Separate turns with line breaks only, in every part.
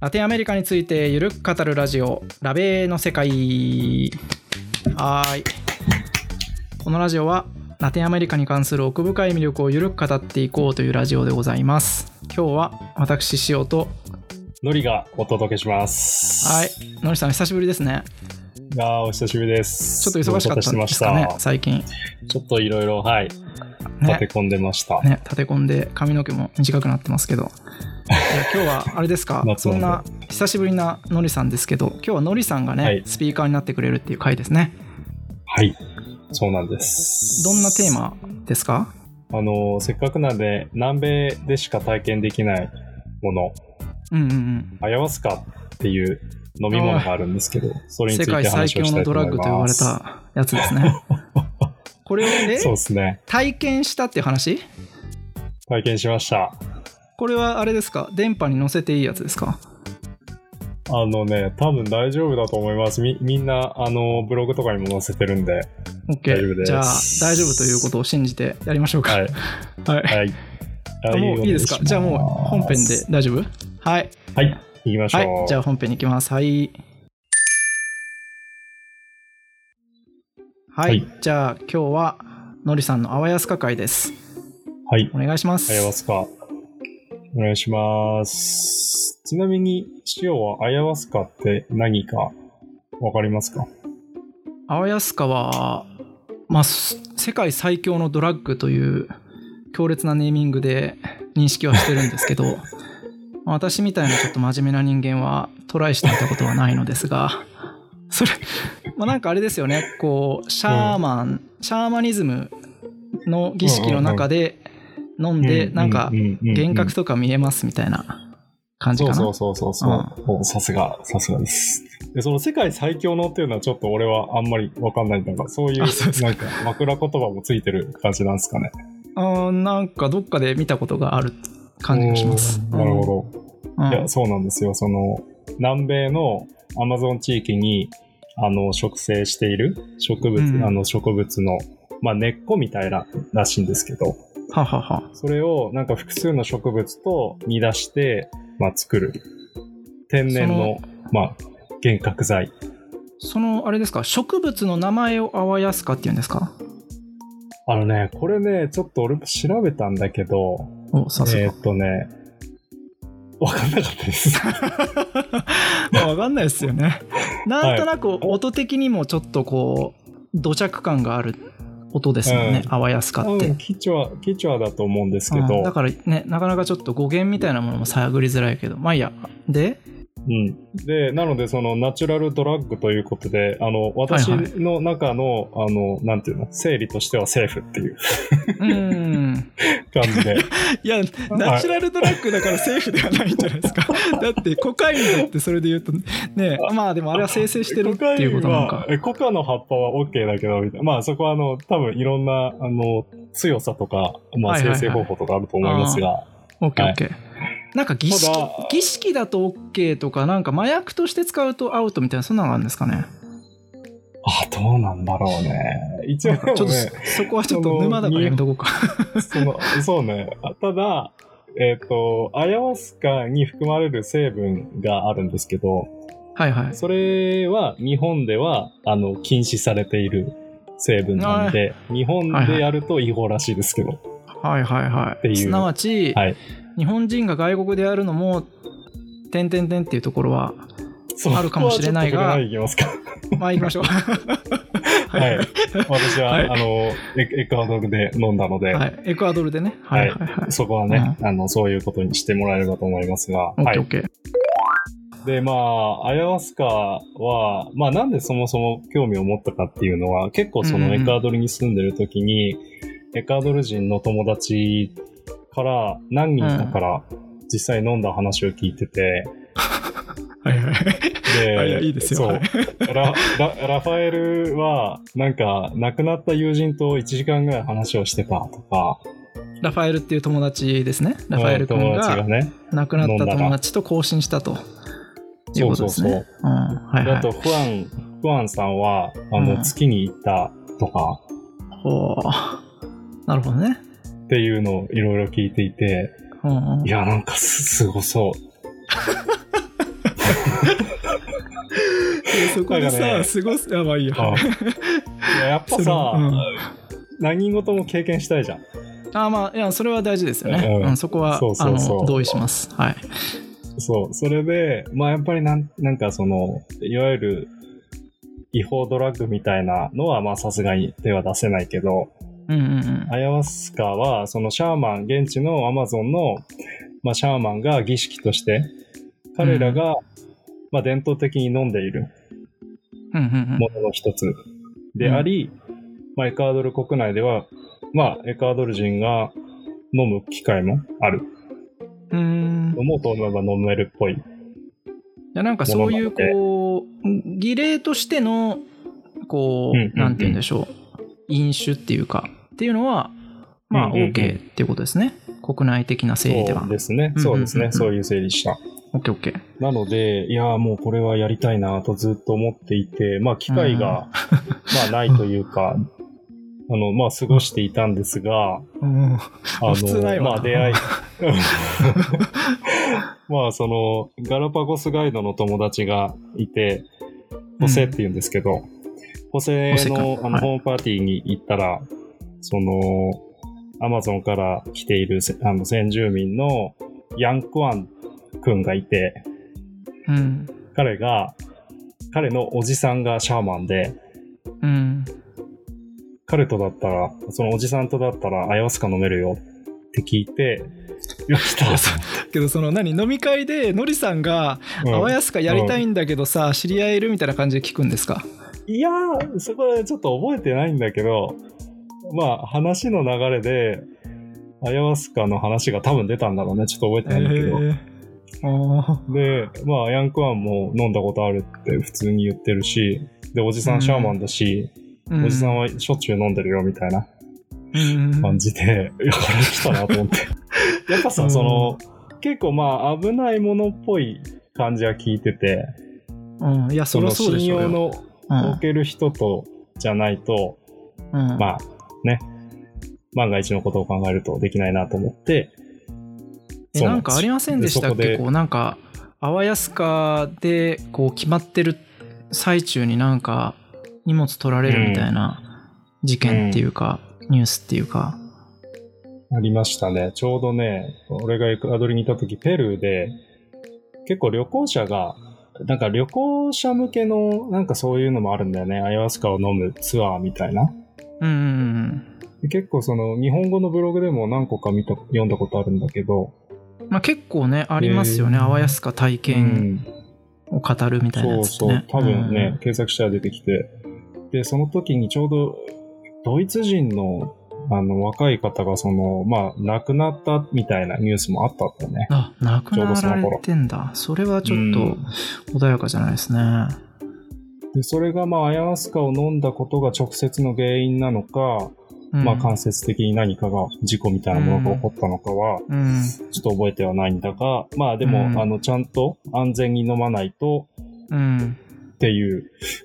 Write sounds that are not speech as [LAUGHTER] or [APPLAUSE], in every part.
ラテンアメリカについてゆるく語るラジオラベーの世界はーいこのラジオはラテンアメリカに関する奥深い魅力をゆるく語っていこうというラジオでございます今日は私しおと
のりがお届けします。
はい。のりさん久しぶりですね
あーお久しぶりです。
ちょっと忙しかったんですかね
ご無沙汰してまし
最近
たちょっといろいろ、はい、立て
ね
込んでました。
ね立て込んで髪の毛も短くなってますけどいや今日はあれですか
[LAUGHS] 夏
そ
なん
ん
で
な久しぶりなのりさんですけど今日はのりさんがね、
はい
スピーカーになってくれるっていう回ですね
はい。そうなんです。
どんなテーマですか
あの、せっかくなんで、南米でしか体験できないもの、
うんうんうん
アヤワスカっていう飲み物があるんですけど、それにつ
世
いて
界最
話を
強
した
の
いと
ド
思
ラ
い
ッグと言わ
ま
れ
す。
たやつです
[LAUGHS]
ねこれをね
そうですね。
体験したっていう話
体験しました。
これはあれですか電波に乗せていいやつですか
あのね、多分大丈夫だと思います。み、みんな、あの、ブログとかにも載せてるんで。大丈夫
?OK
です
じゃあ大丈夫ということを信じてやりましょうか
は
はいい、。
はい。
あもういいですかじゃあもう本編で。大丈夫はい
はい、行きましょう。
はい、じゃあ本編に行きます。はい。はい、
はい
じゃあ今日はのりさんのあわやすか会です。
はい、
お願いします。
あやわすか。お願いします。ちなみに、塩はあやわすかって何かわかりますか
あわやすかは、まあ、す世界最強のドラッグという強烈なネーミングで認識はしてるんですけど、 [LAUGHS] まあ私みたいなちょっと真面目な人間はトライしてみたことはないのですが、それ、まあなんかあれですよね、こう、シャーマン、シャーマニズムの儀式の中で飲んで、なんか幻覚とか見えますみたいな感じかな。
そうそうそうそうそう、おさすが、さすがです。で、その世界最強のっていうのはちょっと俺はあんまりわかんないんだが、そういう
あそうですか
なんか枕言葉もついてる感じなんですかね。
あーなんかどっかで見たことがある感じがします。
おーなるほど。
うん。
いや、そうなんですよ。その、南米のアマゾン地域に、あの、植生している植物、
うん
あの、植物の、まあ、根っこみたいな、らしいんですけど、
ははは。
それを、なんか複数の植物と煮出して、まあ、作る。天然の、まあ、幻覚剤。
そのあれですか植物の名前をあわやすかっていうんですか
あのね、これね、ちょっと俺も調べたんだけど、
おさす
え
が
ー、っとね、わかんなかったです。
分かんないですよ [LAUGHS] ねなんとなく音的にもちょっとこう土着感がある音ですもんね、
う
あわやすか
多
って、
分、キチュア、キチュアだと思うんですけ
う
ど
ん、だからねなかなかちょっと語源みたいなものも探りづらいけどまあいいやで
うん、でなのでそのナチュラルドラッグということであの私
はいは
の中の,、あのなんていうの生理としてはセーフっていう [LAUGHS]
うーん
感じで
[LAUGHS] いやナチュラルドラッグだからセーフではないんじゃないですかだってコカインだってそれで言うとねまあでもあれは生成してるっていうことなん
コ
か
カインはえコカの葉っぱは OK だけどみたいなまあそこはあの多分いろんなあの強さとか、まあ、
はいはいはい
生成方法とかあると思いますが、
オッケー
は
オ
い
ッケー。なんか儀式
ただ
儀式だとオッケーとかなんか麻薬として使うとアウトみたいなそんなのがあるんですかね。
あどうなんだろうね一応
なん
で
かちょ
も
っと
ね
そそこはちょっと沼だからやめとこうか。
そのそうねただえっ、とアヤワスカに含まれる成分があるんですけど、
はいはい。
それは日本ではあの禁止されている成分なので、日本でやると違法らしいですけど、
はいはいは
てい
い。
う
すなわち、
はい
日本人が外国でやるのも、てんてんてんっていうところ
[LAUGHS]
は、
そこは
あるかもしれないが
ちょっと触れないでいきますか。
まあ行きましょう。は
は
[LAUGHS]
い
い。。
私は、
はい
あのエエクアドルで飲んだので、
はい。エクアドルでね。はいはいはい。
そこはね、あのそういうことにしてもらえればと思いますが、
オッ
は
ケーオ
い
ッ。ケー。
でまあアヤワスカはまあなんでそもそも興味を持ったかっていうのは結構そ
うん
の
うん
エクアドルに住んでる時に、エクアドル人の友達から何人かから実際飲んだ話を聞いてて、
はいはい。あいや
で
いいですよ
そう
はい
ラララファエルはなんか亡くなった友人と1時間ぐらい話をしてたとか
ラファエルっていう友達ですね。ラファエル君
友達が
が
ね
亡くなった
飲んだら
友達と交信したということですね。うん。はい
で
は
あ
い
と。フアンフアンさんはあの、
うん
月に行ったとか
ほう。なるほどね。
っていうのをいろいろ聞いていて、
うんうん
いや、なんかす、すご
[LAUGHS]
そう。
でそこで
なんか
さ、
ね
すごす、あ、まあいいよ。
あいややっぱ
それ
さ、
うん
何事も経験したいじゃん。
あまあ、いや、それは大事ですよね。
うん
うん、そこは
そうそうそう
あの同意します。はい。
そう。それで、まあやっぱりなん、なんかその、いわゆる、違法ドラッグみたいなのは、まあさすがに手は出せないけど、
うんうんうん。
アヤワスカは、そのシャーマン、現地のアマゾンの、まあシャーマンが儀式として、彼らが、まあ伝統的に飲んでいる
うん [LAUGHS] うん
ものの一つであり、まあエクアドル国内では、まあエクアドル人が飲む機会もある。
うん。うん。い
飲もうと思えば飲めるっぽい。
や、なんかそういう、
ものなので
こう、儀礼としての、こ
うんうんう
う、
ん
なんて言うんでしょう。飲酒っていうか、っていうのは、まあ、
うんうんうん
OK っていうことですね。国内的な整理では
そう。ですね。そうです
うんうんうんうん
ね。そういう整理した。
OKOK。
なので、いやーもうこれはやりたいなとずっと思っていて、まあ機会が、まあないというか、 [LAUGHS] あの、まあ過ごしていたんですが、
うん。
あ
普通ない
の、
わ
まあ
[LAUGHS]
出会い、 [LAUGHS] まあその、ガラパゴスガイドの友達がいて、補正って言うんですけど、補正
ホセか
のあ
は
の
い
ホームパーティーに行ったら、その、アマゾンから来ているせあの先住民のヤンクワン君がいて、
うん。
彼が、彼のおじさんがシャーマンで、
うん。
彼とだったら、そのおじさんとだったら、アヤワスカ飲めるよって聞い [LAUGHS] て、よし
い
た
やそけどその何飲み会でのりさんが「
うん
あわやすかやりたいんだけどさ、知り合える?」みたいな感じで聞くんですか
いやー、そこはちょっと覚えてないんだけど、まあ、話の流れで、アヤワスカの話が多分出たんだろうね。ちょっと覚えてないんだけど。
えー
で、まあ、ヤンクワンも飲んだことあるって普通に言ってるし、で、おじさ
うん
んシャーマンだし、
う
おじさん
は
はしょっちゅう飲んでるよ、みたいな
[LAUGHS]
感じで、いや、これ来たなと思って。やっぱ
う
さ、
ん
その、結構まあ、危ないものっぽい感じは聞いてて、
うん、いやそ
そ
りゃ
の
そうで
信
しょう
用
よ
の置ける人と、じゃないと、
うんうん
まあね、万が一のことを考えるとできないなと思って、
え
そう
な
なんんです
かありませんでしたっ
でそこ
け
で
こうなんかあわやすかでこう決まってる最中になんか荷物取られるみたいな事件っていうか、ニュースっていうか
ありましたね。ちょうどね、俺がエクアドルにいた時、ペルーで、結構旅行者が、なんか旅行者向けの、なんかそういうのもあるんだよね。アヤワスカを飲むツアーみたいな。
うんうん
で結構その、日本語のブログでも何個か見た、読んだことあるんだけど。
うんまあ結構ねありますよね、
えー
あわやすか体
う
験、
ん
を語るみたいな
そ
や
う
つって
そう
ね。。
多分ね、検索したら出てきて。で、その時にちょうど、ドイツ人の、あの、若い方が、その、まあ、亡くなったみたいなニュースもあったんだよね。
うん。あ、なくな
ちょうどそ
ら
の
れ
頃
てんだ。それはちょっ
う
と
ん
穏やかじゃないですね。
でそれがまあアヤワスカを飲んだことが直接の原因なのか、
うん
まあ間接的に何かが事故みたいなものが起こったのかは、
うん。
ちょっと覚えてはないんだが、まあでも、
うん
あのちゃんと安全に飲まないと
うん。
っていう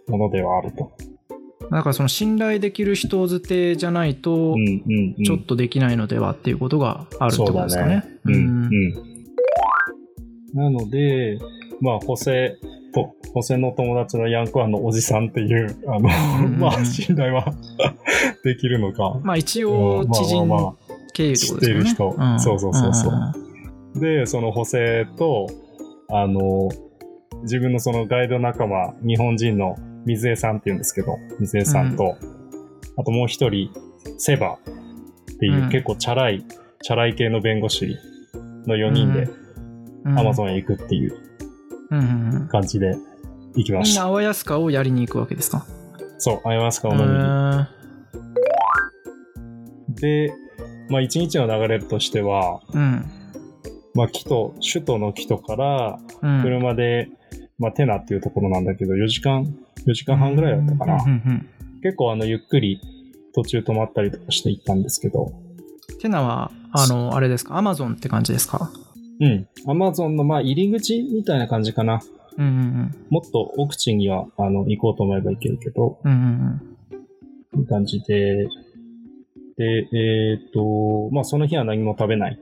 ものではあると。
だからその信頼できる人づてじゃないと
うん、うんうん。
ちょっとできないのではっていうことがあるってことですかね。
うん
うん
うん。なので、まあ補正と、補正の友達のヤンクワンのおじさんっていう、あ
うんう
の、
んうん
まあ信頼は [LAUGHS] できるのか。
まあ一応知人
まあまあまあ
経由ってことですよね。
知ってる人
ん
そうそうそうそうん
ん
で、その補正と、あの、自分のそのガイド仲間、日本人の水江さんって言うんですけど、水江さんと、あともう一人、セバっていう、
うん
結構チャラい、チャラい系の弁護士の4人で、
うん。
アマゾンへ行くっていう
うんうんうん。
感じで行きま
みん
し
な
た。
アワヤスカをやりに行くわけですか。
そう、アイマスカを
う
飲みに。
ん
で、まあ一日の流れとしては、
うん。
まあキト、首都のキトから、
うん。
車で、まあテナっていうところなんだけど、4時間、4時間半ぐらいだったかな。
うんうんうん
結構あのゆっくり途中止まったりとかして行ったんですけど、
テナは、あの、あれですか、アマゾンって感じですか
うん。アマゾンのまあ入り口みたいな感じかな。
うんうん
もっと奥地にはあの行こうと思えば行けるけど、
うん。うんうん
いい感じで、で、えーっと、まあ、その日は何も食べない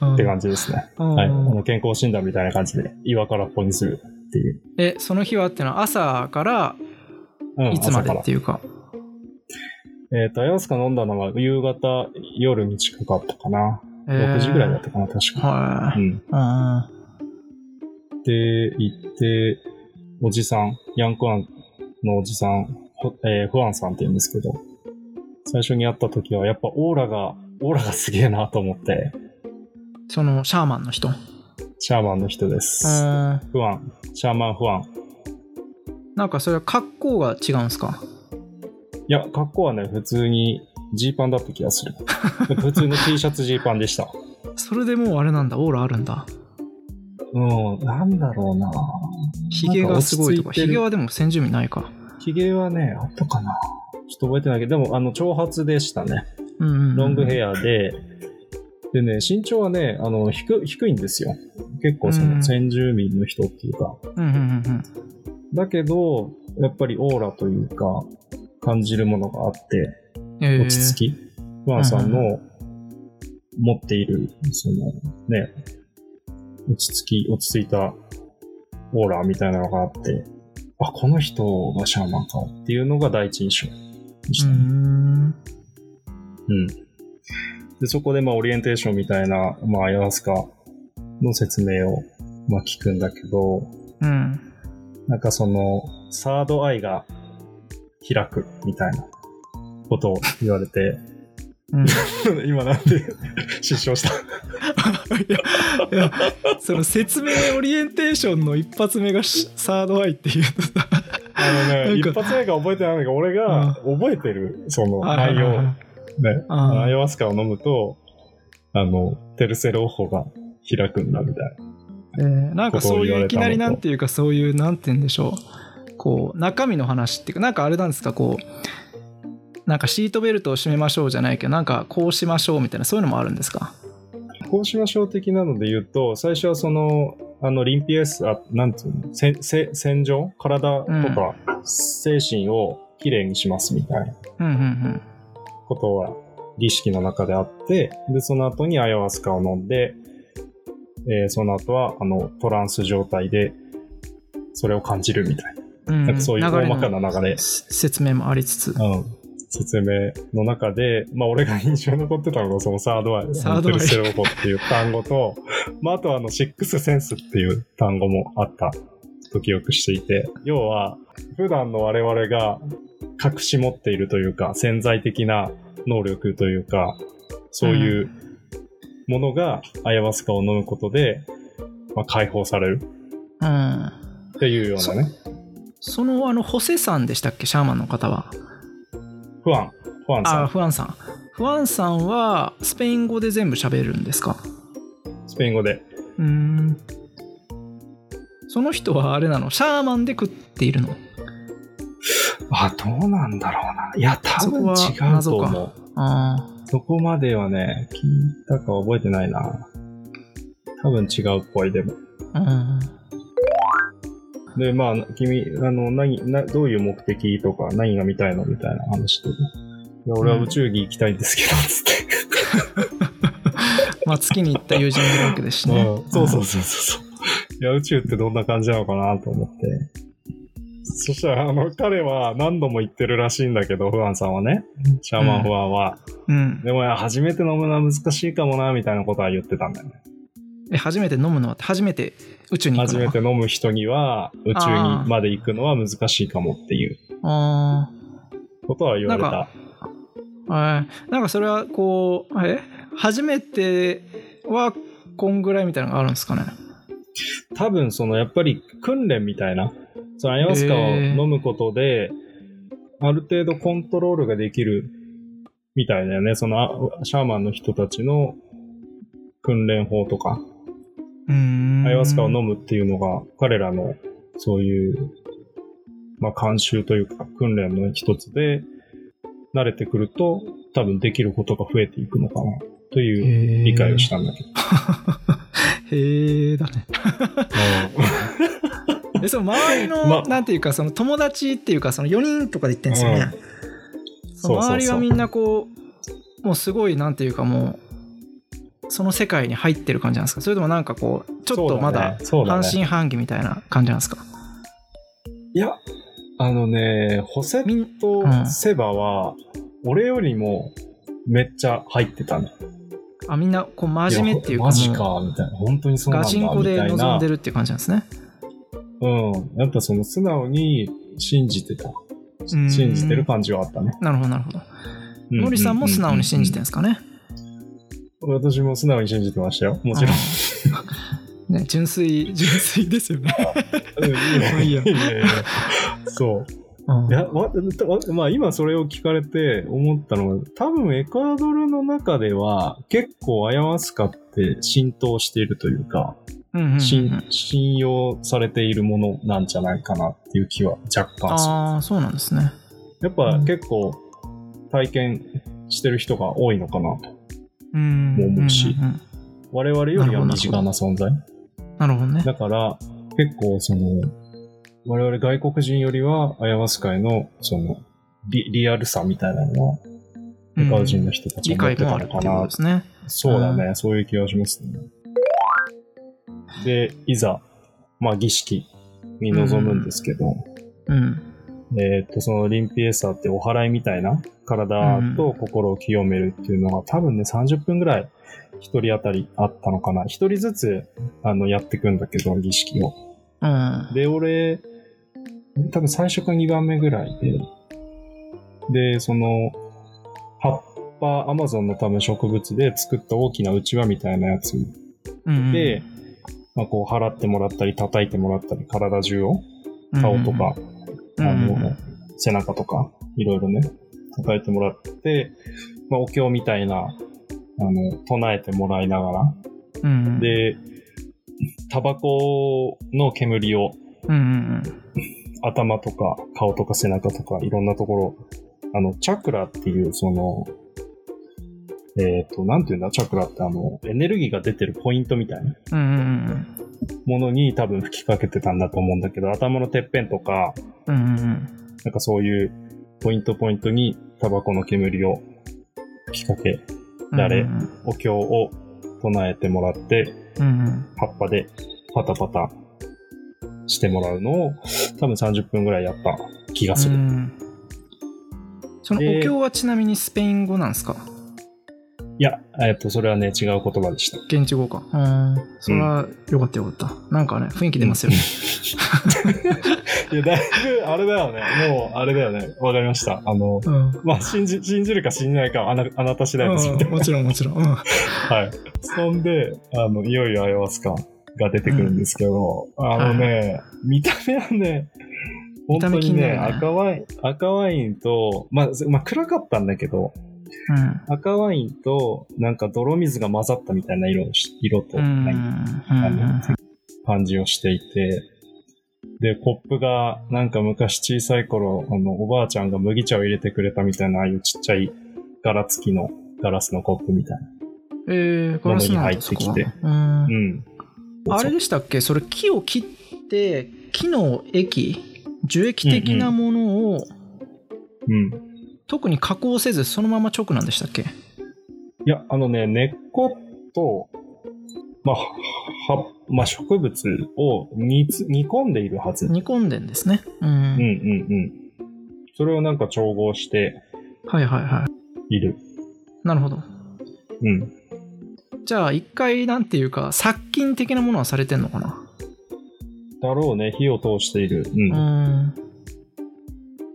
うん
って感じですね。
うん
はい。あの健康診断みたいな感じで、岩からっぽにするっていう。
え、その日はってのは朝から
うん、
いつま
朝
で
から
っていうか。
えっ、と、アヤスカ飲んだのは夕方、夜に近かったかな。6時ぐらいだったかな、確
えー
か。
は
う
い。
ん。
うん
で、行って、おじさん、ヤンクアンのおじさん、ほえーフアンさんって言うんですけど、最初に会った時は、やっぱオーラが、オーラがすげえなと思って、
そのシャーマンの人。うん
シャーマンの人です。フアン、シャーマンフアン。
なんかそれは格好が違うんですか
いや、格好はね、普通にジーパンだった気が
[LAUGHS]
する。普通の T シャツジーパンでした。
それでもうあれなんだ、オーラあるんだ。
うん、なんだろうな
ヒゲがすごいとか。
なんか落ち着い
ヒ
てる
ゲはでも先住民ないか。
ヒゲはね、あったかなちょっと覚えてないけど、でも、あの、長髪でしたね。
うんうんうん。
ロングヘ
ア。
アで、でね、身長はね、あの、低低いんですよ。結構そうの、
ん
先住民の人っていうか。
うんうんうんうん。
だけど、やっぱりオーラというか、感じるものがあって、
えー
落ち着き。ファンさん
う
の持っている、そのね、落ち着き、落ち着いたオーラみたいなのがあって、あ、この人がシャーマンかっていうのが第一印象でし
うー
たね。
ん。
うん。で、そこで、まあ、オリエンテーションみたいな、まあ、アヤワスカの説明を、まあ、聞くんだけど、
うん。
なんかその、サードアイが開くみたいなことを言われて、
うん、い
[LAUGHS] 今なんで失笑した。
やいやその説明オリエンテーションの一発目がしサードアイっていうのさ
あのね、
なん
一
か
発目が覚えてないんだけど、俺が覚えてる、その内容。ね。あのア
あ
ヤワスカを飲むと、あの、テルセロホが開くんだみたいな。
えーなんかそう
ことを言わ
いう
れ
い
た
き
のと
なりなんていうかそういうなんて言うんでしょうこう中身の話っていうかなんかあれなんですかこうなんかシートベルトを締めましょうじゃないけどなんかこうしましょうみたいなそういうのもあるんですか
こうしましょう的なので言うと、最初はその、あの、リンピエス、あ、なんつうの、せせ戦場体とか、精神をきれいにしますみたいな
うんうんうん
ことは儀式の中であって、で、その後にアヤワスカを飲んで、えーその後は、あの、トランス状態で、それを感じるみたいな。
うん
なんかそういう
流れ
大
の
まかな流れ。
説明もありつつ
うん。説明の中で、まあ俺が印象に残ってたのがそのサードアイ、
サードアイ
テルセロホっていう単語と、まああとはあのシックスセンスっていう単語もあったと記憶していて、要は普段の我々が隠し持っているというか潜在的な能力というか、そういうものがアヤバスカを飲むことで、まあ解放される
うん
っていうようなね、
そのあのホセさんでしたっけシャーマンの方は
不安、不安さ
あ
ん。
フアンさんフアンさんはスペイン語で全部喋るんですか
スペイン語で。
うーんその人はあれなのシャーマンで食っているの
あ、どうなんだろうな。いや、多分違
そこは
うと
謎
思う
か。あ
そこまではね、聞いたか覚えてないな。多分違うっぽい、でも。
あうん
で、まあ、君、あの、何、などういう目的とか、何が見たいのみたいな話で。いや、俺は宇宙着行きたいんですけど、つっ。
まあ月に行った友人もいるわけですしてね、
[LAUGHS] うんそうそうそうそうそう。いや、宇宙ってどんな感じなのかなと思って。そしたら、あの、彼は何度も言ってるらしいんだけど、フアンさんはね。シャーマンフアンは。
うん
でもね、初めて飲むのは難しいかもな、みたいなことは言ってたんだよね。
え初めて飲むのは初めて宇宙に行く
初
のは
めて飲む人には、宇宙
あ
に
ー
まで行くのは難しいかもっていう
あ
ことは言われ
なん
た。
あはいなんかそれはこうえ初めてはこんぐらいみたいなのがあるんですかね
多分、その、やっぱり訓練みたいな、そのアヤワスカを飲むことで、ある程度コントロールができるみたいだよね。その、あシャーマンの人たちの訓練法とか、
うーん
アヤワスカを飲むっていうのが、彼らの、そういう、まあ、慣習というか、訓練の一つで、慣れてくると、多分できることが増えていくのかな、という理
理
解をしたん
[LAUGHS]
だけど。
へえだね [LAUGHS] でその周りの、
ま
なんていうかその友達っていうかその4人とかで行ってんですよね、その
そうそうそう
周りはみんなこうもうすごいなんていうかもうその世界に入ってる感じなんですかそれともなんかこうちょっとまだ半
そうだねそうだね
信半疑みたいな感じなんですか
いや、あのね、ホセ
みん
と
うん
セバは、俺よりもめっちゃ入ってたね。
あみんなこう真面目っていう
や
か
マジ
もう
か、みたいな。本当にそうなん
ガ
だ、
チンコ
み
で
たい
臨ん
な
で。るっていう感じなんですね
うん。やっぱその素直に信じてた。
ん
信じてる感じはあったね。
なるほどなるほど
う
ノリさんも素直に信じて
る
るんですかね
私も素直に信じてましたよ。もち
[LAUGHS]
ろん。
あのね純粋純粋ですよね
うん
まあいいや
[LAUGHS] いやいやいやそう。
うん
いや、わたわまあ今それを聞かれて思ったのは、多分エクアドルの中では結構アヤワスカって浸透しているというか、
うんうんうん
信信用されているものなんじゃないかなっていう気は若干する。
ああそうなんですね
やっぱ結構体験してる人が多いのかなと。
うん
もう思うし
んん
我々よりは
なるほど
身近な存在。
うんなるほどね
だから結構その、我々外国人よりはアヤワスカへのそのリリアルさみたいなのは
うん
エカウ人の人たち
理
も持っ
解
て
も
た
あるっ
の
てい
か
うこと
な
で。すね
そうだね、そういう気がしますね。で、いざ、まあ儀式に臨むんですけど、
うん
えーっと、そのリンピエサってお祓いみたいな体と心を清めるっていうのが多分ね、30分ぐらい一人当たりあったのかな。一人ずつ、あの、やっていくんだけど、儀式を。
うん
で、俺、多分最初か2番目ぐらいで、で、その、葉っぱ、アマゾンの多分植物で作った大きなうちわみたいなやつ
うん
で、まあ、こう、払ってもらったり、叩いてもらったり、体中を、顔とか、
うん
あ
うん
の、
うん
背中とか、いろいろね、叩いてもらって、まあ、お経みたいな、あの、唱えてもらいながら、
うんうん、
で、タバコの煙を
うんうん
頭とか顔とか背中とかいろんなところ、あの、チャクラっていう、その、えっ、と、なんていうんだ、チャクラってあの、エネルギーが出てるポイントみたいな
うん、うんうん
ものに多分吹きかけてたんだと思うんだけど、頭のてっぺんとか、
うんうんうん
なんかそういうポイントポイントにタバコの煙を吹きかけ、
うん
誰
うん
お経を唱えてもらって、
うんうん
葉っぱでパタパタしてもらうのを多分30分ぐらいやった気がする。
うんその
で
お経はちなみにスペイン語なんですか
いや、えっと、それはね、違う言葉でした。
現地語かうんそれはよかったよかった、なんかね雰囲気出ますよね、
[LAUGHS] いや、だいぶ、あれだよね。もう、あれだよね。わかりました。あの、 [LAUGHS]
うん
まあ、信じ、信じるか信じないかはあな、あなた次第ですみたい
うんもちろんもちろん、うん、
な。 [LAUGHS] はい。そんで、あの、いよいよアイワスカが出てくるんですけど、あのね、見た目はね、本
見た
当
目気
に
にな
ね、
るね
赤ワイン、赤ワインと、まあ、すまあ、暗かったんだけど、
うん
赤ワインと、なんか泥水が混ざったみたいな色をし、色と、
う
なんか
んうん
感じをしていて、で、コップが、なんか昔小さい頃、あの、おばあちゃんが麦茶を入れてくれたみたいな、ああいうちっちゃい柄付きのガラスのコップみたいな。
えー、ガラスなん
物に入
だ
って
そこ
き
は
て
うん
うん。
あれ
そう
でしたっけそれ木を切って木の液樹液的なものを、
うん。
特に加工せずそのまま直なんでしたっけ
いや、あのね、根っこと、まあ、は、まあ、植物を煮つ煮込んでいるはず。うん
煮込んでんですねう、
うんんうん。それをなんか調合して
はいはいはい
いる。
なるほど
うん。
じゃあ一回なんていうか殺菌的なものはされてんのかな
だろうね、火を通している。う。
うんん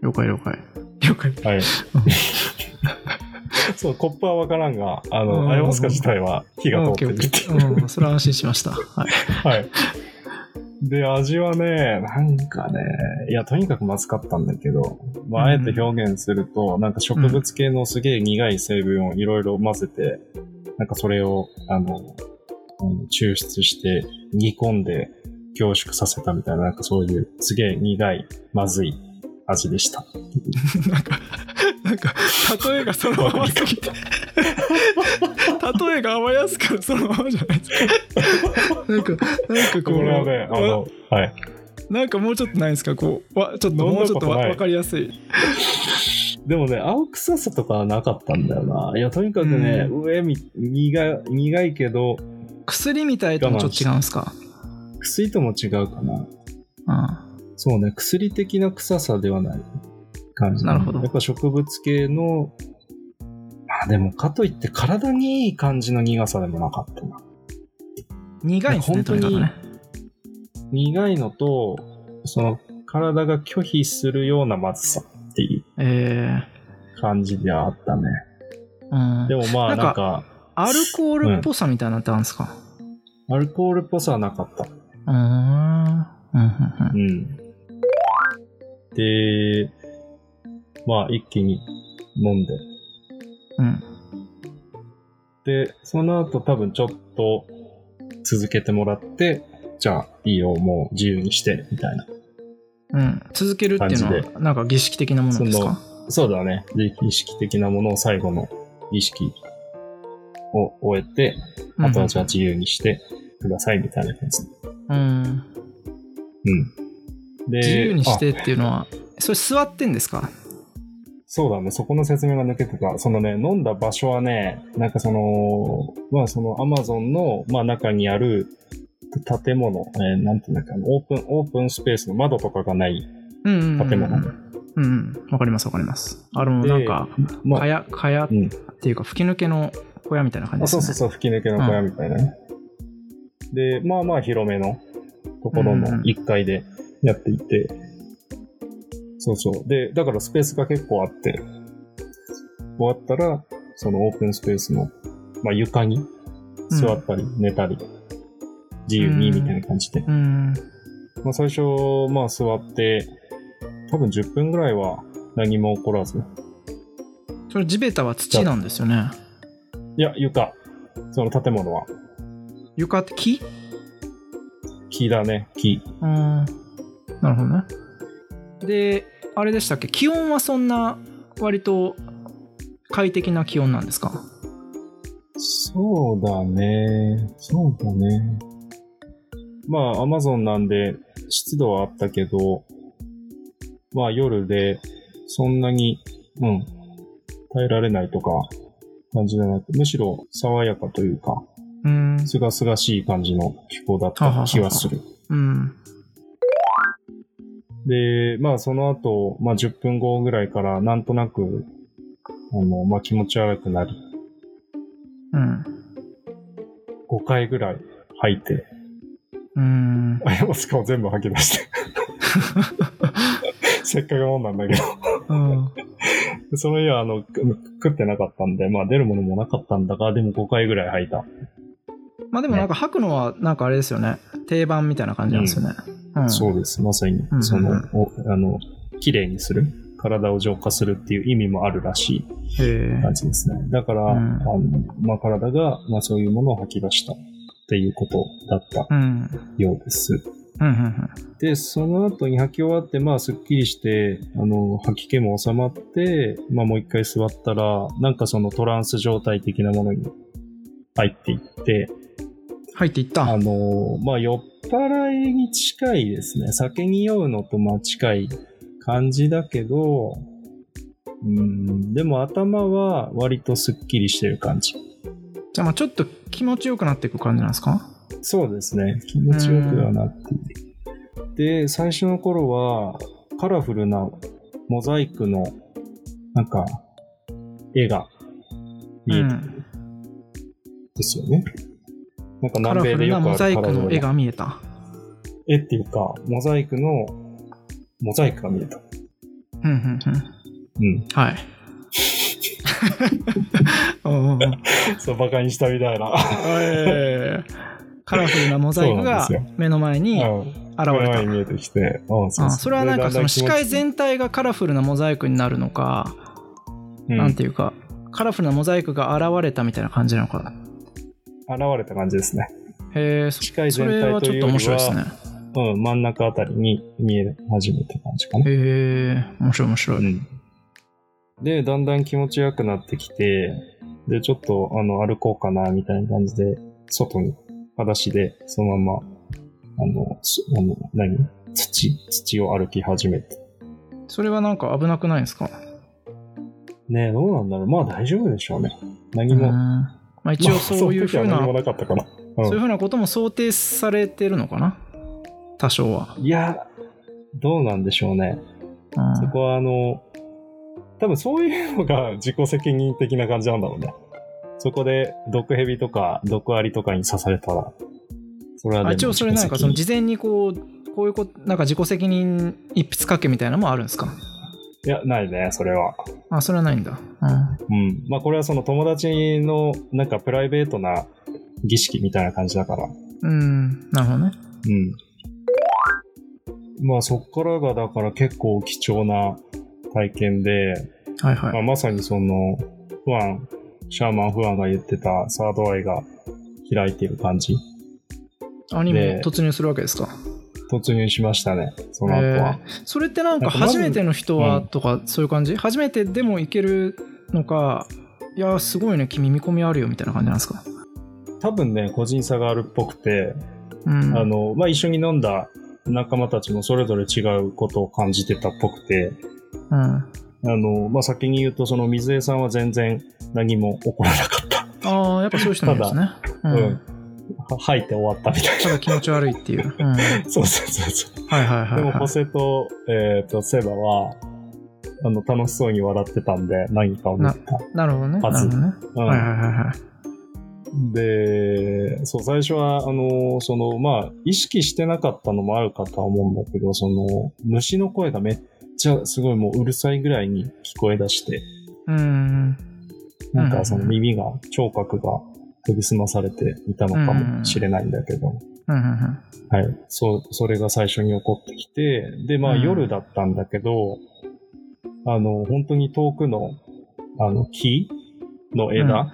了解了解了解 [LAUGHS]
はい。そう、コップは分からんが、あ
うん
の、アイワスカ自体は火が通ってるってい
う
う。
ん OK OK うんそれは安心しました、はい、
はい。で、味はね、なんかね、いや、とにかくまずかったんだけど、まあ、あえて表現すると、なんか植物系のすげえ苦い成分をいろいろ混ぜて、なんかそれを、あの、うん抽出して、煮込んで凝縮させたみたいな、なんかそういうすげえ苦い、まずい味でした。
なんかなんか例えがそのまますぎて例えが甘やすからそのままじゃないですかなんかなんかこ
こ
う
れはね、あの、はい。
なんかもうちょっとないですかこうわちょっと
そんなこと
もうちょっとわ
ない
わかりやすい
でもね、青臭さとかはなかったんだよな。いや、とにかくね、上み、苦、苦いけど、
薬みたいともちょっと違うんですか
薬とも違うかな。
あ
そうね、薬的な臭さではない感じだね、
なるほど
やっぱ植物系の、まあでも、かといって体にいい感じの苦さでもなかったな。
苦いんですね、
本
と
当に
にかくね。
苦いのと、その、体が拒否するようなまずさっていう
え
感じではあったね。
えうん
でもま
な
あ、なんん
か
か、
アルコールっぽさみたいなのってあるんですか
アルコールっぽさはなかった。
うーん。うんうんうん
うん。で、まあ、一気に飲んで。
うん。
で、その後多分ちょっと続けてもらって、じゃあいいよ、もう自由にして、みたいな。
うん。続けるっていう
感
のは、なんか儀式的なものです
そ
か
のそうだね。で、儀式的なものを最後の儀式を終えて、あとはじゃあ自由にしてください、みたいな感じ。
うん。
うん。で、
自由にして
あ
っていうのは、それ座ってんですか
そうだね、そこの説明が抜けてた。そのね、飲んだ場所はね、なんかその、まあそのアマゾンの、まあ中にある建物、えーなんていうんだっけ、あのオープン、オープンスペースの窓とかがない
うんうんうん。
建物
うんうん。わかりますわかります。あの、
で
なんか、
ま
か
あ、
や、かやっ
うん
ていうか、吹き抜けの小屋みたいな感じ
あ
です
そう
ね。
そうそう、吹き抜けの小屋みたいなね。で、まあまあ広めのところの
うんうん
1階でやっていて、そうそう。で、だからスペースが結構あって、終わったら、そのオープンスペースの、まあ、床に座ったり寝たり、自由にみたいな感じで。
うん。
まあ、最初、まあ座って、多分10分ぐらいは何も起こらず。
それ地べたは土なんですよね。
いや、床。その建物は
床って木
木だね、木。
うん。なるほどね。で、あれでしたっけ気温はそんな、割と快適な気温なんですか
そうだね。そうだね。まあ、アマゾンなんで、湿度はあったけど、まあ、夜で、そんなに、うん、耐えられないとか、感じじゃなくて、むしろ爽やかというか、
うん。
すがすがしい感じの気候だっ
ははは
た
は
気はする。
うん。
で、まあ、その後、まあ、10分後ぐらいから、なんとなく、あの、まあ、気持ち悪くなり、
うん。
5回ぐらい吐いて、
うん。
あやまスカを全部吐き
[LAUGHS]
出して。せっかく飲んだんだけど。
うん。
その日は、あの、く食ってなかったんで、まあ出るものもなかったんだが、でも5回ぐらい吐いた。
まあでもなんか吐くのはなんかあれですよね定番みたいな感じなんですよね、うん
そうです。まさに
う、ん
その
う、
おあの、綺麗にする。体を浄化するっていう意味もあるらしい
へ
感じですね。だから、
うん
あのまあ、体が、まあ、そういうものを吐き出したっていうことだった
えうん
ようです。
うんうん
で、その後に吐き終わって、まあ、すっきりして、あの、吐き気も収まって、まあ、もう一回座ったら、なんかそのトランス状態的なものに入っていって、
入っていった
あの、まあ、酔っ払いに近いですね。酒に酔うのと、まあ、近い感じだけど、うん、でも頭は割とすっきりしてる感じ。
じゃあまあちょっと気持ちよくなっていく感じなんですか
そうですね。気持ちよくはなっている。で、最初の頃は、カラフルなモザイクの、なんか、絵が見え
う
て
ん、
ですよね。なんか
カラフ
南米で
ル
よ
な
くあ
モ
る
ザイク
カラフ
の
ル
絵
な
が見えた
絵っていうか、モザイクの、モザイクが見えた。
うんうんうん
うん。
はい [LAUGHS] おうおうおう
そう、バカにしたみたいな。
ええカラフルなモザイクが
そうなん
目の前に
うん。
現れ
目の
た
前に見えてきて。うん、う
あ
う
それはなんかその視界、全体がカラフルなモザイクになるのか、
でだ
なん
んだん気持ち
ていうかカラフルなモザイクが現れたみたいな感じなのかな
うん、現れた感じですね。
へえそ
視界
そ
全
れは
体と
ち
い
ょっ
う
と
より
面
は、
白いですね
うん、真ん中あたりに見え始めた感じかな。
へえ面白い面白い、
うんで、だんだん気持ちよくなってきて、で、ちょっと、あの、歩こうかな、みたいな感じで、外に、裸足で、そのまま、あの、すあの何土、土を歩き始めて。
それはなんか危なくないんですか
ねえ、どうなんだろう。まあ大丈夫でしょうね。何
うん
も。
まあ、一応そういうふう
まあ
な、
その時は何もなかったかな。うん
そういうふうなことも想定されてるのかな多少は。
いや、どうなんでしょうね。
うん
そこはあの、多分そういうのが自己責任的な感じなんだろうね。そこで毒蛇とか毒アリとかに刺されたら、それはでも
あ一応それなんかその
自己責
事前にこうこういうことなんか自己責任一筆書けみたいなのもあるんですか
任いや、ないね、それは。
あそれはないんだ、
うん。まあこれはその友達のなんかプライベートな儀式みたいな感じだから。
うん、うん、なるほどね
うん。まあそこからがだから結構貴重な体験で、
はいは
まあ、
い
まさにその、不安、シャーマン不安が言ってたサードアイが開いている感じ、
アニメ
で
突入するわけですか
突入しましたね、そ
え
の後
ー
は。
それってなんか
なんかまず
初めての人は
うん
とかそういう感じ、初めてでもいけるのかいやすごいね君見込みあるよみたいな感じなんですか
多分ね、個人差があるっぽくて、
うん
あの、まあ、一緒に飲んだ仲間たちもそれぞれ違うことを感じてたっぽくて、
うん、あ
あの、まあ、先に言うと、その水江さんは全然何も起こらなかった。
あやっぱそういう人なんですねう、
うんん。は [LAUGHS] 吐いて終わったみたい
ただ気持ち悪いっていう、うん、はい
な。そうそうそうそう。
はいはい、はい、
でも、ホセと、えっ、と、セバは、あの、楽しそうに笑ってたんで、何かを見てた。
なるほどねな
は
るほ
ず
どね、
うん
はいはいはいはい
で、そう、最初は、あの、その、まあ、意識してなかったのもあるかとは思うんだけど、その、虫の声がめっちゃ、すごいもううるさいぐらいに聞こえ出して、
うん
なん
うん
かその耳が、聴覚が研ぎ澄まされていたのかもしれないんだけど、
うんうんうん
はい。そう、それが最初に起こってきて、で、まあ
うん
夜だったんだけど、あの、本当に遠くの、あの、木の枝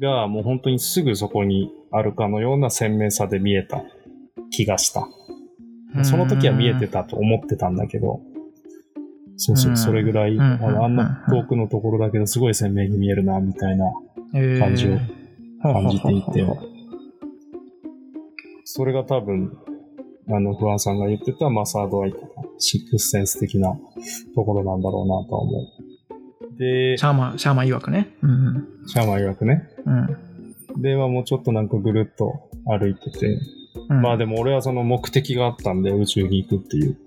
が、もう本当にすぐそこにあるかのような鮮明さで見えた気がした。その時は見えてたと思ってたんだけど、そうそうう、
ん
それぐらい、
うん
あのあんな
うん
遠くのところだけど、すごい鮮明に見えるな、みたいな感じを感じていて、それが多分、あの、不安さんが言ってた、まあ、サードアイとか、シックスセンス的なところなんだろうなとは思う。で、
シャーマン、シャーマン曰くね。うん。
シャーマン曰くね。
うん。
で、まあ、もうちょっとなんかぐるっと歩いてて、
うん、
まあ、でも俺はその目的があったんで、宇宙に行くっていう。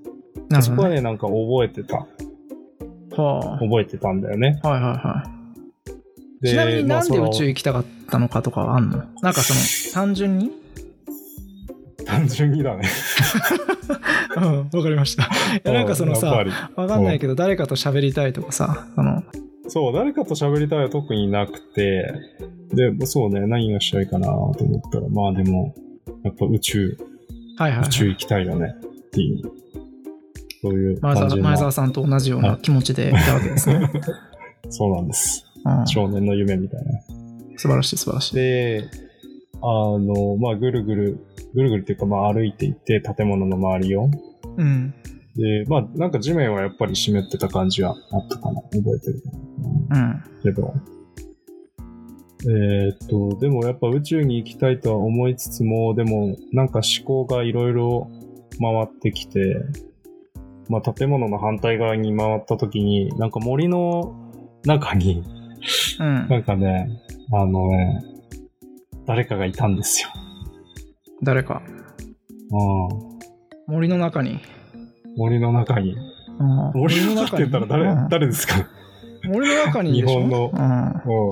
なる
そ
ほ
こ
ど
は
ね、
ね、なんか覚えてた。
は
覚えてたんだよね。
あ。はいはいはい。
で
ちなみになんで
まあ
宇宙行きたかったのかとかはあんのなんかその、
[LAUGHS]
単純に
その単純にだね。
うん、わかりました。いや、なんかその
うや
さ
っ、ぱり
わかんないけど、誰かと喋りたいとかさ、その、
そう、誰かと喋りたいは特になくて、で、そうね、何がしたいかなと思ったら、まあでも、やっぱ宇宙、
はいはい
宇。宙行きたいよねっていう、そういう
前
感
澤
じ
前
の、
澤さんと同じような気持ちでいたわけですね。
[LAUGHS] そうなんです。
うん、素
少年の夢みたいな。
晴らしい素晴らしい。
で、あの、まあぐるぐる、ぐるぐるっていうか、まあ歩いていって、建物の周りを。
うん。
で、まあなんか地面はやっぱり湿ってた感じはあったかな、覚えてるかな。
うん。
けど。えーっと、でもやっぱ宇宙に行きたいとは思いつつも、でもなんか思考がいろいろ回ってきて、まあ建物の反対側に回った時に、なんか森の中に、
うん
な。んかね、あのね、誰かがいたんですよ。
誰か。
うん。
森の中に。
森の中に。
うん
森の中って言ったら誰、
うん
誰ですか [LAUGHS]
森の中にでしょ
日本の
うん、
うん。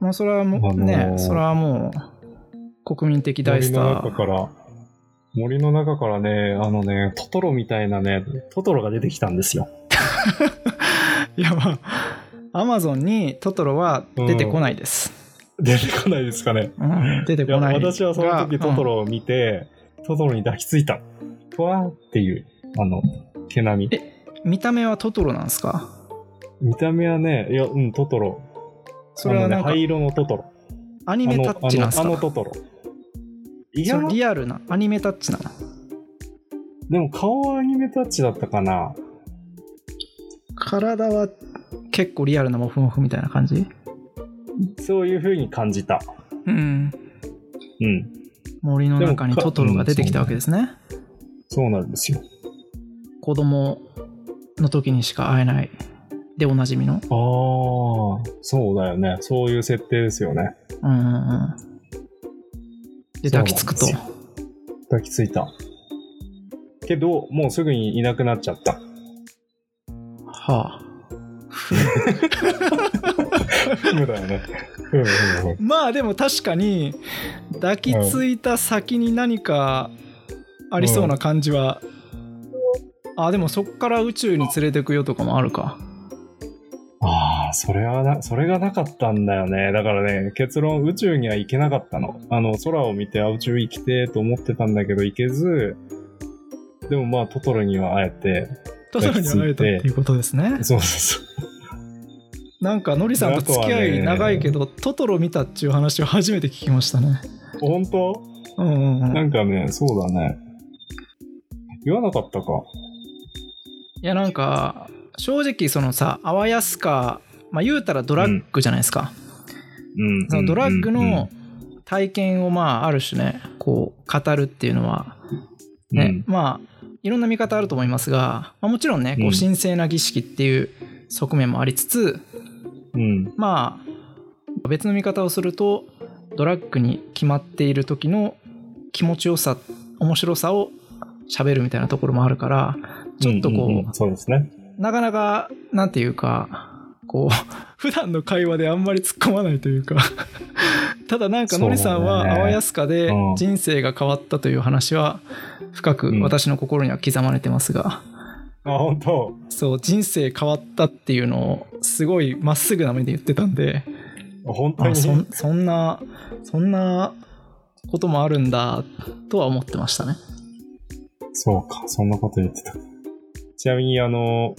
まあそれはもう、
あのー
ねそれはもう国民的大ス
森
タ
の中
ー
から、森の中からね、あのね、トトロみたいなね、トトロが出てきたんですよ。
いやまあアマゾンにトトロは出てこないです、
出てこないですかね。
うん出て
いや、
こない
私はその時
が
トトロを見て、トトロに抱きついた。ふわーっていう、あの、毛並み
え。うん見た目はトトロなんですか
見た目はね、いや、うん、トトロ。
それはなん
あの
か
ね、灰色のトトロ。
アニ
あ
メ
の、
タッチなんです
あ
か
のあのトトロ。い
そ
や
れ、リアルなアニメタッチなの
でも顔はアニメタッチだったかな。
体は結構リアルなモフモフみたいな感じ
そういう風に感じた。
うん
うん。
森の中に
でも
トトロが出てきたわけですね
そうなんですよ。
子供の時にしか会えないでおなじみの。
ああ、そうだよね。そういう設定ですよね。
うんうんうん。で、抱きつくと
そう。なん抱きついた。けど、もうすぐにいなくなっちゃった。
はあ。
そうだよね。うんうんうん。
まあでも確かに抱きついた先に何かありそうな感じは、あでもそっから宇宙に連れてくよとかもあるか
ああ、それはな、それがなかったんだよね。だからね、結論、宇宙には行けなかったの。あの、空を見て、あ、宇宙行きてーと思ってたんだけど、行けず、でもまあ、トトロには会えて、
トトロに会えたっていうことですね
そうそうそう。
なんかノリさんと付き合い長いけど、トトロ見たっていう話を初めて聞きましたね
本当
うんうんうん、
なん
い
かね、そうだね。言わなかったか。
やなんか正直そのさあわやすかまあ言うたらドラッグじゃないですか、
うん。
そのドラッグ
うん
の、体験をまあある種ねこう語るっていうのは
うん
ね、まあいろんな見方あると思いますが、まあ、もちろんねこ
う
うん神聖な儀式っていう側面もありつつ、
うん。
まあ別の見方をするとドラッグに決まっている時の気持ちよさ面白さを喋るみたいなところもあるからちょっとこう、
んんんそうですね。
なかなかなんていうかこう [LAUGHS] 普段の会話であんまり突っ込まないというか [LAUGHS] ただなんかのりさん
そう
は
だ
あ
ね
わやすかで
うん
人生が変わったという話は深く
うん
私の心には刻まれてますが、
あ、本当
そう人生変わったっていうのをすごいまっすぐな目で言ってたんで
本当
あ
に
そんそんなそんなこともあるんだとは思ってましたね
そうか、そんなこと言ってた。ちなみに、あの、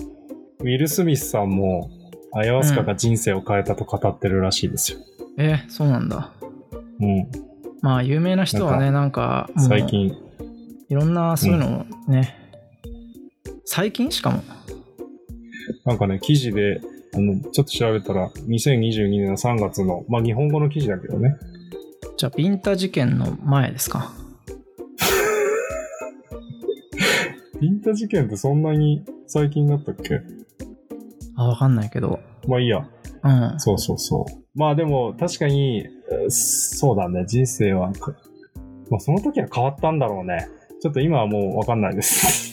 ウィル・スミスさんも、アヤワスカが人生を変えたと語ってるらしいですよ。
えーそうなんだ
うん、
まあ有名な人はねなんかもう
最近。
いろんなそういうのをね、最近しかも。
なんかね、記事で、あの、ちょっと調べたら、2022年の3月の、まあ、日本語の記事だけどね。
じゃあ、ビンタ事件の前ですか。
ビンタ事件ってそんなに最近だったっけ
あ、わかんないけど。
まあいいや。
うん。
そうそうそう。まあでも、確かに、えーそうだね、人生は、かまあその時は変わったんだろうね。ちょっと今はもうわかんない [LAUGHS] です。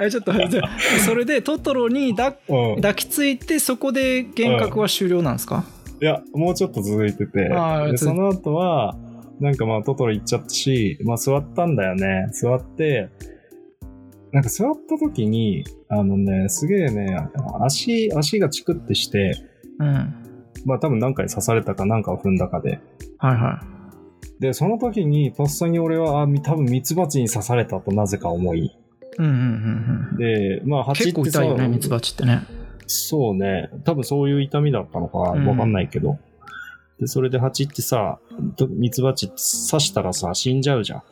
え、ちょっと、じゃあそれでトトロに抱
うん。
抱きついて、そこで幻覚は終了なんですか、
いや、もうちょっと続いてて、
あー
で
つ
その後は、なんかまあトトロ行っちゃったし、まあ座ったんだよね。座って、なんか座った時に、あのね、すげえね、足、足がチクってして、
うん、
まあ多分何回刺されたか何かを踏んだかで。
はいは
で、その時に、とっさに俺は、あ、み多分ミツバチに刺されたとなぜか思い。
い。うんうんうんうん。
で、まあ蜂
結
って
構
さ
痛いよね、ミツバチってね。
そうね。多分そういう痛みだったのか
うん
な。わかんないけど。で、それで蜂ってさ、とミツバチ刺したらさ、死んじゃうじゃん。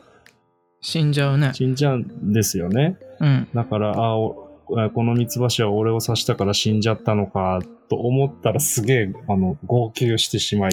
死んじゃうね。
死んじゃうんですよね。
うん。
だから、あおあこのミツバチは俺を刺したから死んじゃったのか、と思ったらすげえ、あの、号泣してしまい、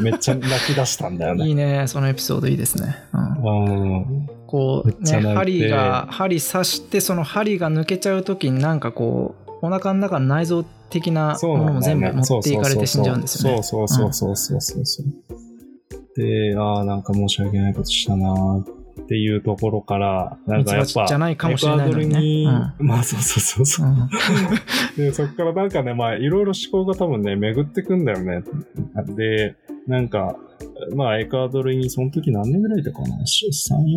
めっちゃ泣き出したんだよ
い [LAUGHS]
ね。
いね、そのエピソードいいですね。うん、
うん。
こう
めっちゃ
ね、
泣い
針
て
が、針刺して、その針が抜けちゃうときに、なんかこう、お腹の中の内臓的な
そう
もの
なん
も
だよ
全
ね
部持っていかれて死んじゃうんですよね。
そうそうそうそうそうそうそうそう。で、ああ、なんか申し訳ないことしたなーっていうところから、なんかやっ
ミツバ
ぱ、
チじゃないかもしれないのにね
エクアドルにまあそうそうそうそうう。
ん
で、そっからなんかね、まあいろいろ思考が多分ね、巡ってくんだよね。で、なんか、まあエクアドルにその時何年ぐらいだかな ?3、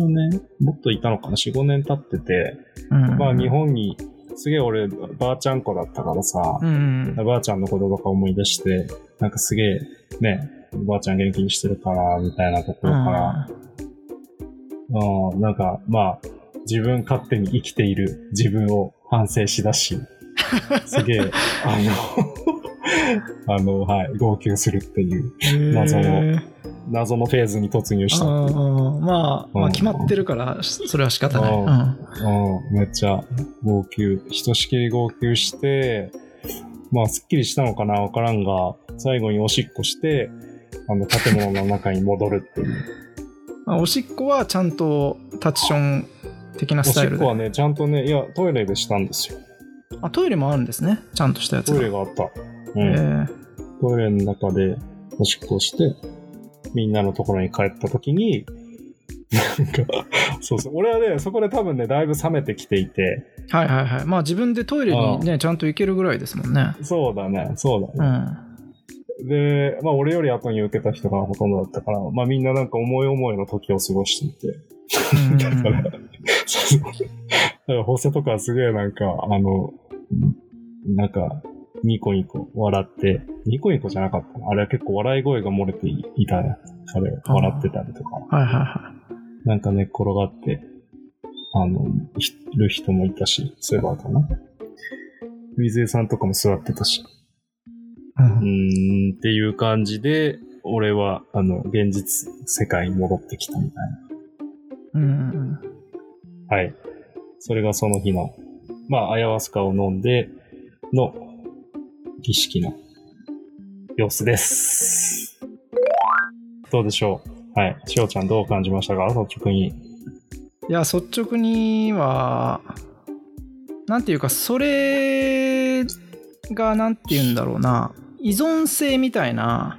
4年もっといたのかな ?4、5年経ってて、
うん
[LAUGHS] まあ日本に、すげえ俺、ばあちゃん子だったからさ、
うん
ばあちゃんのこととか思い出して、なんかすげえ、ね、ばあちゃん元気にしてるから、みたいなところから、うん、なんか、まあ、自分勝手に生きている自分を反省しだ [LAUGHS] し、すげえ、あの、あ [LAUGHS] の、はい、号泣するっていう、
うん
謎の
へー
謎のフェーズに突入したっていう。
あーまあ、ま
う
あ、
ん
決まってるから、しそれは仕方ない。
うん
うん
うん、めっちゃ号泣、ひとしきり号泣して、まあ、すっきりしたのかなわからんが、最後におしっこして、あの、建物の中に戻るっていう。
まあおしっこはちゃんとタッチション的な
お
スタ
し
イ
っ
ル
こ
で。
はね、ちゃんとね、いや、トイレでしたんですよ。
あ、トイレもあるんですね。ちゃんとしたやつ
ト
が。
イレがあった。う
え
ん。
ー
トイレの中でおしっこをして、みんなのところに帰った時に、なんか、そうそう。俺はね、そこで多分ね、だいぶ冷めてきていて、
はいはいはい。まあ自分でトイレにね、ちゃんと行けるぐらいですもんね。
そうだね、そうだね
う。ん。
で、まあ俺より後に受けた人がほとんどだったから、まあみんななんか思い思いの時を過ごしていて。 [LAUGHS] だから、そうそうだから放送とかすげえなんか、あの、なんか、ニコニコ笑って、ニコニコじゃなかったなあれは結構笑い声が漏れていたね。彼、笑ってたりとか、
はいはいは
なんか寝っ転がって、あの、いる人もいたし、そういえばかな。水江さんとかも座ってたし。
い。う
うんーんっていう感じで、俺は、あの、現実世界に戻ってきたみたい
うんうん
な。はい。それがその日の、まあ、アヤワスカを飲んでの儀式の様子です。どうでしょうはい。しおちゃんどう感じましたか率直に。
いや、率直には、なんていうか、それが、なんていうんだろうな、依存性みたいな、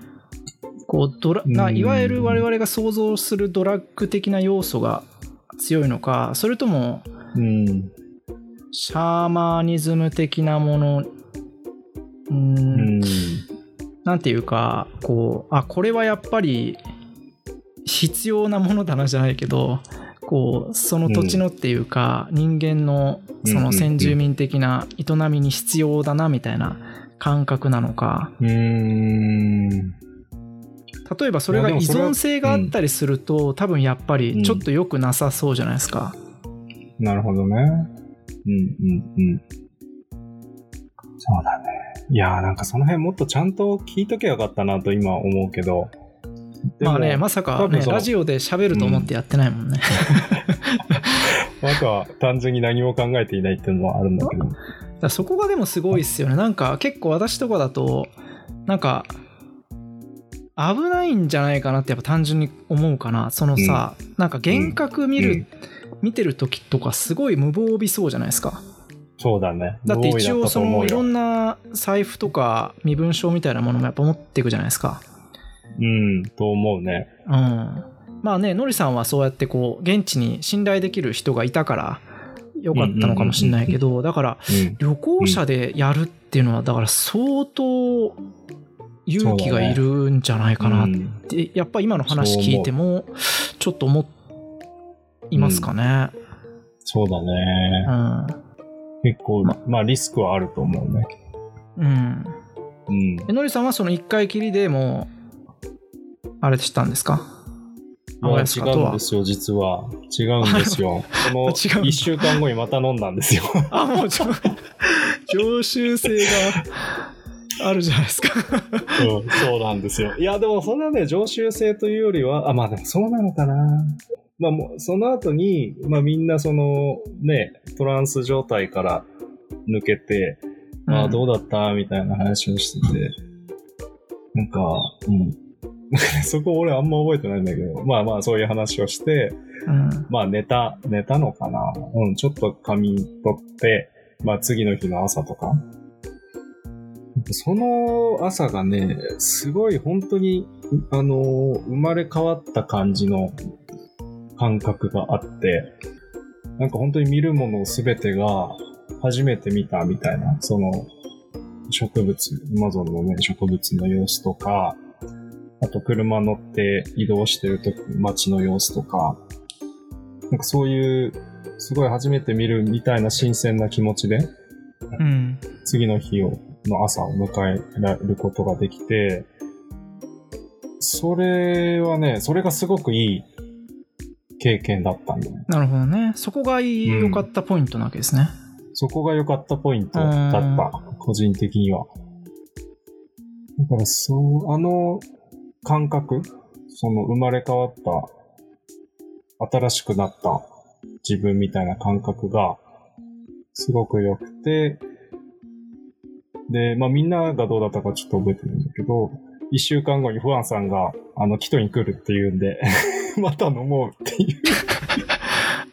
こうドラな
うん
いわゆる我々が想像するドラッグ的な要素が強いのか、それとも、
うん。
シャーマニズム的なもの、う、
うんん。
なんていうか、こう、あ、これはやっぱり必要なものだなじゃないけど、こう、その土地のっていうか、人間のそ
うんうんう
の
ん
先住民的な営みに必要だなみたいな感覚なのか、
うーん。
例えばそれ
い
が
やで
依
もそれは
存性があったりすると、多分やっぱ
う
り
ん
ちょっと良くなさそうじゃないですか。
なるほどね。うんうんうん。そうだね。いやーなんかその辺もっとちゃんと聞いときゃよかったなと今思うけど。でも
まあね、まさ
多
か、
分
ね、
その
ラジオで喋ると思ってやってないもんね。
なんか単純に何も考えていないっていうのはあるんだけど。
だからそこがでもすごいっすよねなんか結構私とかだとなんか危ないんじゃないかなってやっぱ単純に思うかなそのさ、なんか幻覚見る、見てる時とかすごい無防備そうじゃないですか
そうだね。
だって
同意
一応
たと
そ
思
の
う
い
よ
ろんな財布とか身分証みたいなものもやっぱ持っていくじゃないですか
うん、と思うね。
うんまあねのりさんはそうやってこう現地に信頼できる人がいたからよかったのかもしれないけどだから
うん。
旅行者でやるっていうのはだから相当勇気がいるんじゃないかなっ
うん
て、やっぱ今の話聞いてもちょっと思いますかね。
そうだ
う
ね。
ん
結構、
ま
まあリスクはあると思うね。
うん、
うん。
えのりさんはその1回きりでもうあれしたんですか
いや
青安
違
かと
うん
は
ですよ、実は。違うんで
[LAUGHS]
すよ。この
違うんだ
1週間後にまた飲んだんで
[LAUGHS]
すよ。
あもうちょ常習性があるじゃないですか。
うんそうなんですよ。いや、でもそんなね、常習性というよりは、あ、まあでもそうなのかな。まあもう、その後に、まあみんなその、ね、トランス状態から抜けて、あ
うん
どうだったみたいな話をしてて、なんか、うん。 [LAUGHS] そこ俺あんま覚えてないんだけど、まあまあそういう話をして、
うん
まあ寝た、寝たのかな。うん、ちょっと仮眠取って、まあ次の日の朝とか。その朝がね、すごい本当に、あのー生まれ変わった感じの感覚があって、なんか本当に見るものすべてが初めて見たみたいな、その植物、アマゾンのね、植物の様子とか、あと車乗って移動してる時、街の様子とか、なんかそういう、すごい初めて見るみたいな新鮮な気持ちで、
うん
次の日を、の朝を迎えられることができて、それはね、それがすごくいい経験だったんだよね。
なるほどねそこが良かったポイントなわけですね。
そこが良かったポイントだった、個人的には。だからそう、あの感覚、その生まれ変わった、新しくなった自分みたいな感覚が、すごく良くて、で、まあみんながどうだったかちょっと覚えてるんだけど、一週間後にフアンさ [LAUGHS] んが、あの、キトに来るって言うんで、また飲もうっていう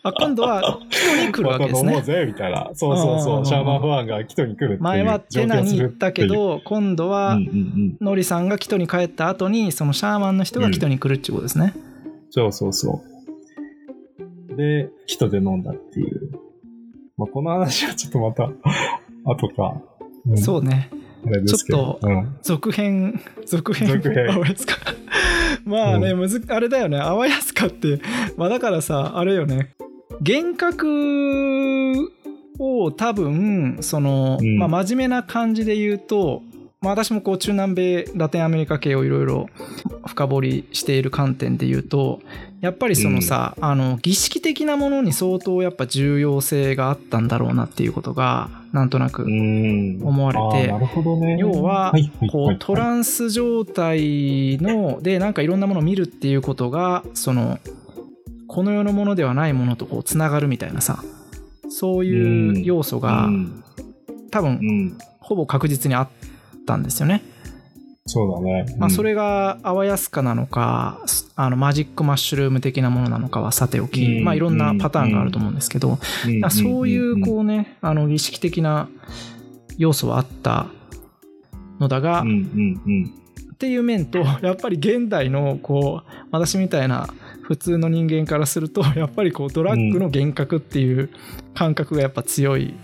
あ今度はキトに来るわけです
[LAUGHS] また飲も
ね
う。ぜ、みたいな。そうそう
うんうんうん
そうう。
ん
シャーマンファンがキトに来るっていう。
前はテナに行ったけ、ど、今度
うん
は
うんうん。
ノリさんがキトに帰った後に、そのシャーマンの人がキトに来るっていうことですね。
そうそうそう。で、人で飲んだっていう。まあ、この話はちょっとまた、 [LAUGHS] 後か。うん
そうね。
あれですけど
ちょっと
うん
続編、続編、
続編
青安か。 [LAUGHS] まあね、むず、あれだよね、青安かって、まあだからさ、あれよね、幻覚を多分、その、
うん
まあ真面目な感じで言うと、まあ私もこう中南米、ラテンアメリカ系をいろいろ深掘りしている観点で言うと、やっぱりそのさ、あの、儀式的なものに相当やっぱ重要性があったんだろうなっていうことが、なんとなく
うん
思われて
あーなるほどね。
要は
はいはい
こ
は
う
い
トランス状態のでなんかいろんなものを見るっていうことがそのこの世のものではないものとこうつながるみたいなさそういううん要素が
うん
多
う
分
ん。
ほぼ確実にあったんですよね。
そうだね。
まあ、
うん
それがアワヤスカなのかあのマジックマッシュルーム的なものなのかはさておき、
うん
まあ、いろんなパターンがあると思うんですけど、
んん
だからそうい
ん
うこ
ん
うねあの儀式的な要素はあったのだが、
うんうんうん。
っていう面とやっぱり現代のこう私みたいな普通の人間からすると [LAUGHS] やっぱりこうドラッグの幻覚っていう感覚がやっぱ強い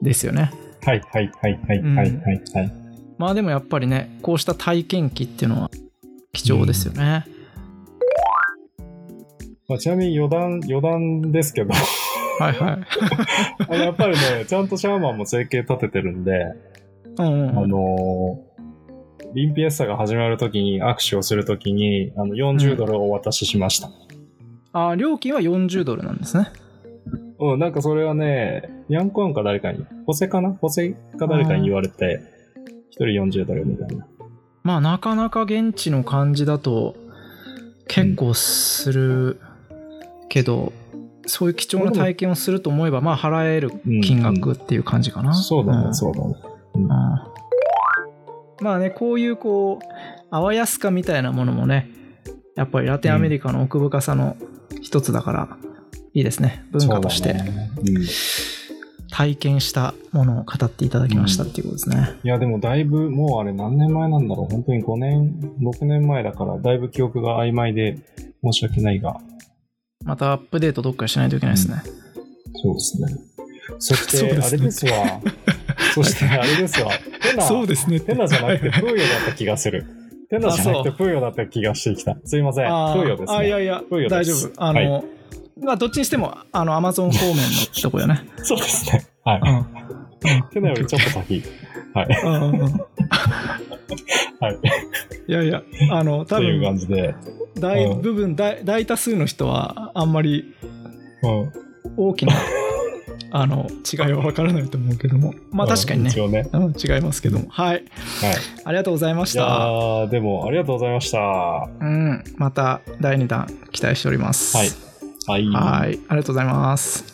ですよね。
はいはいはいはいはいはいはい。
まあでもやっぱりねこうした体験記っていうのは貴重ですよね。
まあ、ちなみに余談、余談ですけど、
はいはい。
あのやっぱりね、ちゃんとシャーマンも生計立ててるんで、
うん
あ
うん
のーリンピエッサが始まるときに握手をするときにあの
うん
40ドルをお渡ししました、
あー料金は40ドルなんですね。
うんなんかそれはねヤンコアンか誰かにホセかなホセか誰かに言われて一人40ドルみたいな
まあなかなか現地の感じだと結構するけど、そういう貴重な体験をすると思えばまあ払える金額っていう感じかな。
そうだね、
ん
そうだね
うんまあねこういうこうあわやすかみたいなものもねやっぱりラテンアメリカの奥深さの一つだからいいですね文化とし
そうだ
て
ねうん、い
体験したものを語っていただきましたっていうことですね、
やでもだいぶもうあれ何年前なんだろう本当に5年6年前だからだいぶ記憶が曖昧で申し訳ないが
またアップデートどっかしないといけないですね、
そうですねそし
そう
て
で
あ
すね
れですわ [LAUGHS] そしてあれですわ変な
ですね
テナじゃなくてプーヨだった気がする。テナじゃなくてプーヨだった気がしてきた。すいません。プ
あー
ーヨです
あい
ね。
やいや
プーヨ
大
で
丈
す
夫あの、
は
まあどっちにしてもあのアマゾン方面のとこよね、
そうですね。は
[LAUGHS] う
い。
ん
[LAUGHS]
うん
テナよりちょっと先。
うんうんうん
はい。
いやいやあの多
という
分
感じで。
大
うん
部分大大多数の人はあんまり
うん。
大
[LAUGHS]
きなあの違いは分からないと思うけどもまあ確かに
うん
ね
一、応ね。
うん、違いますけどもはい
はい。
ありがとうございまし
いや
た、
ーでもありがとうございました。は
うん、また第2弾期待しております
い。はい。
はいありがとうございます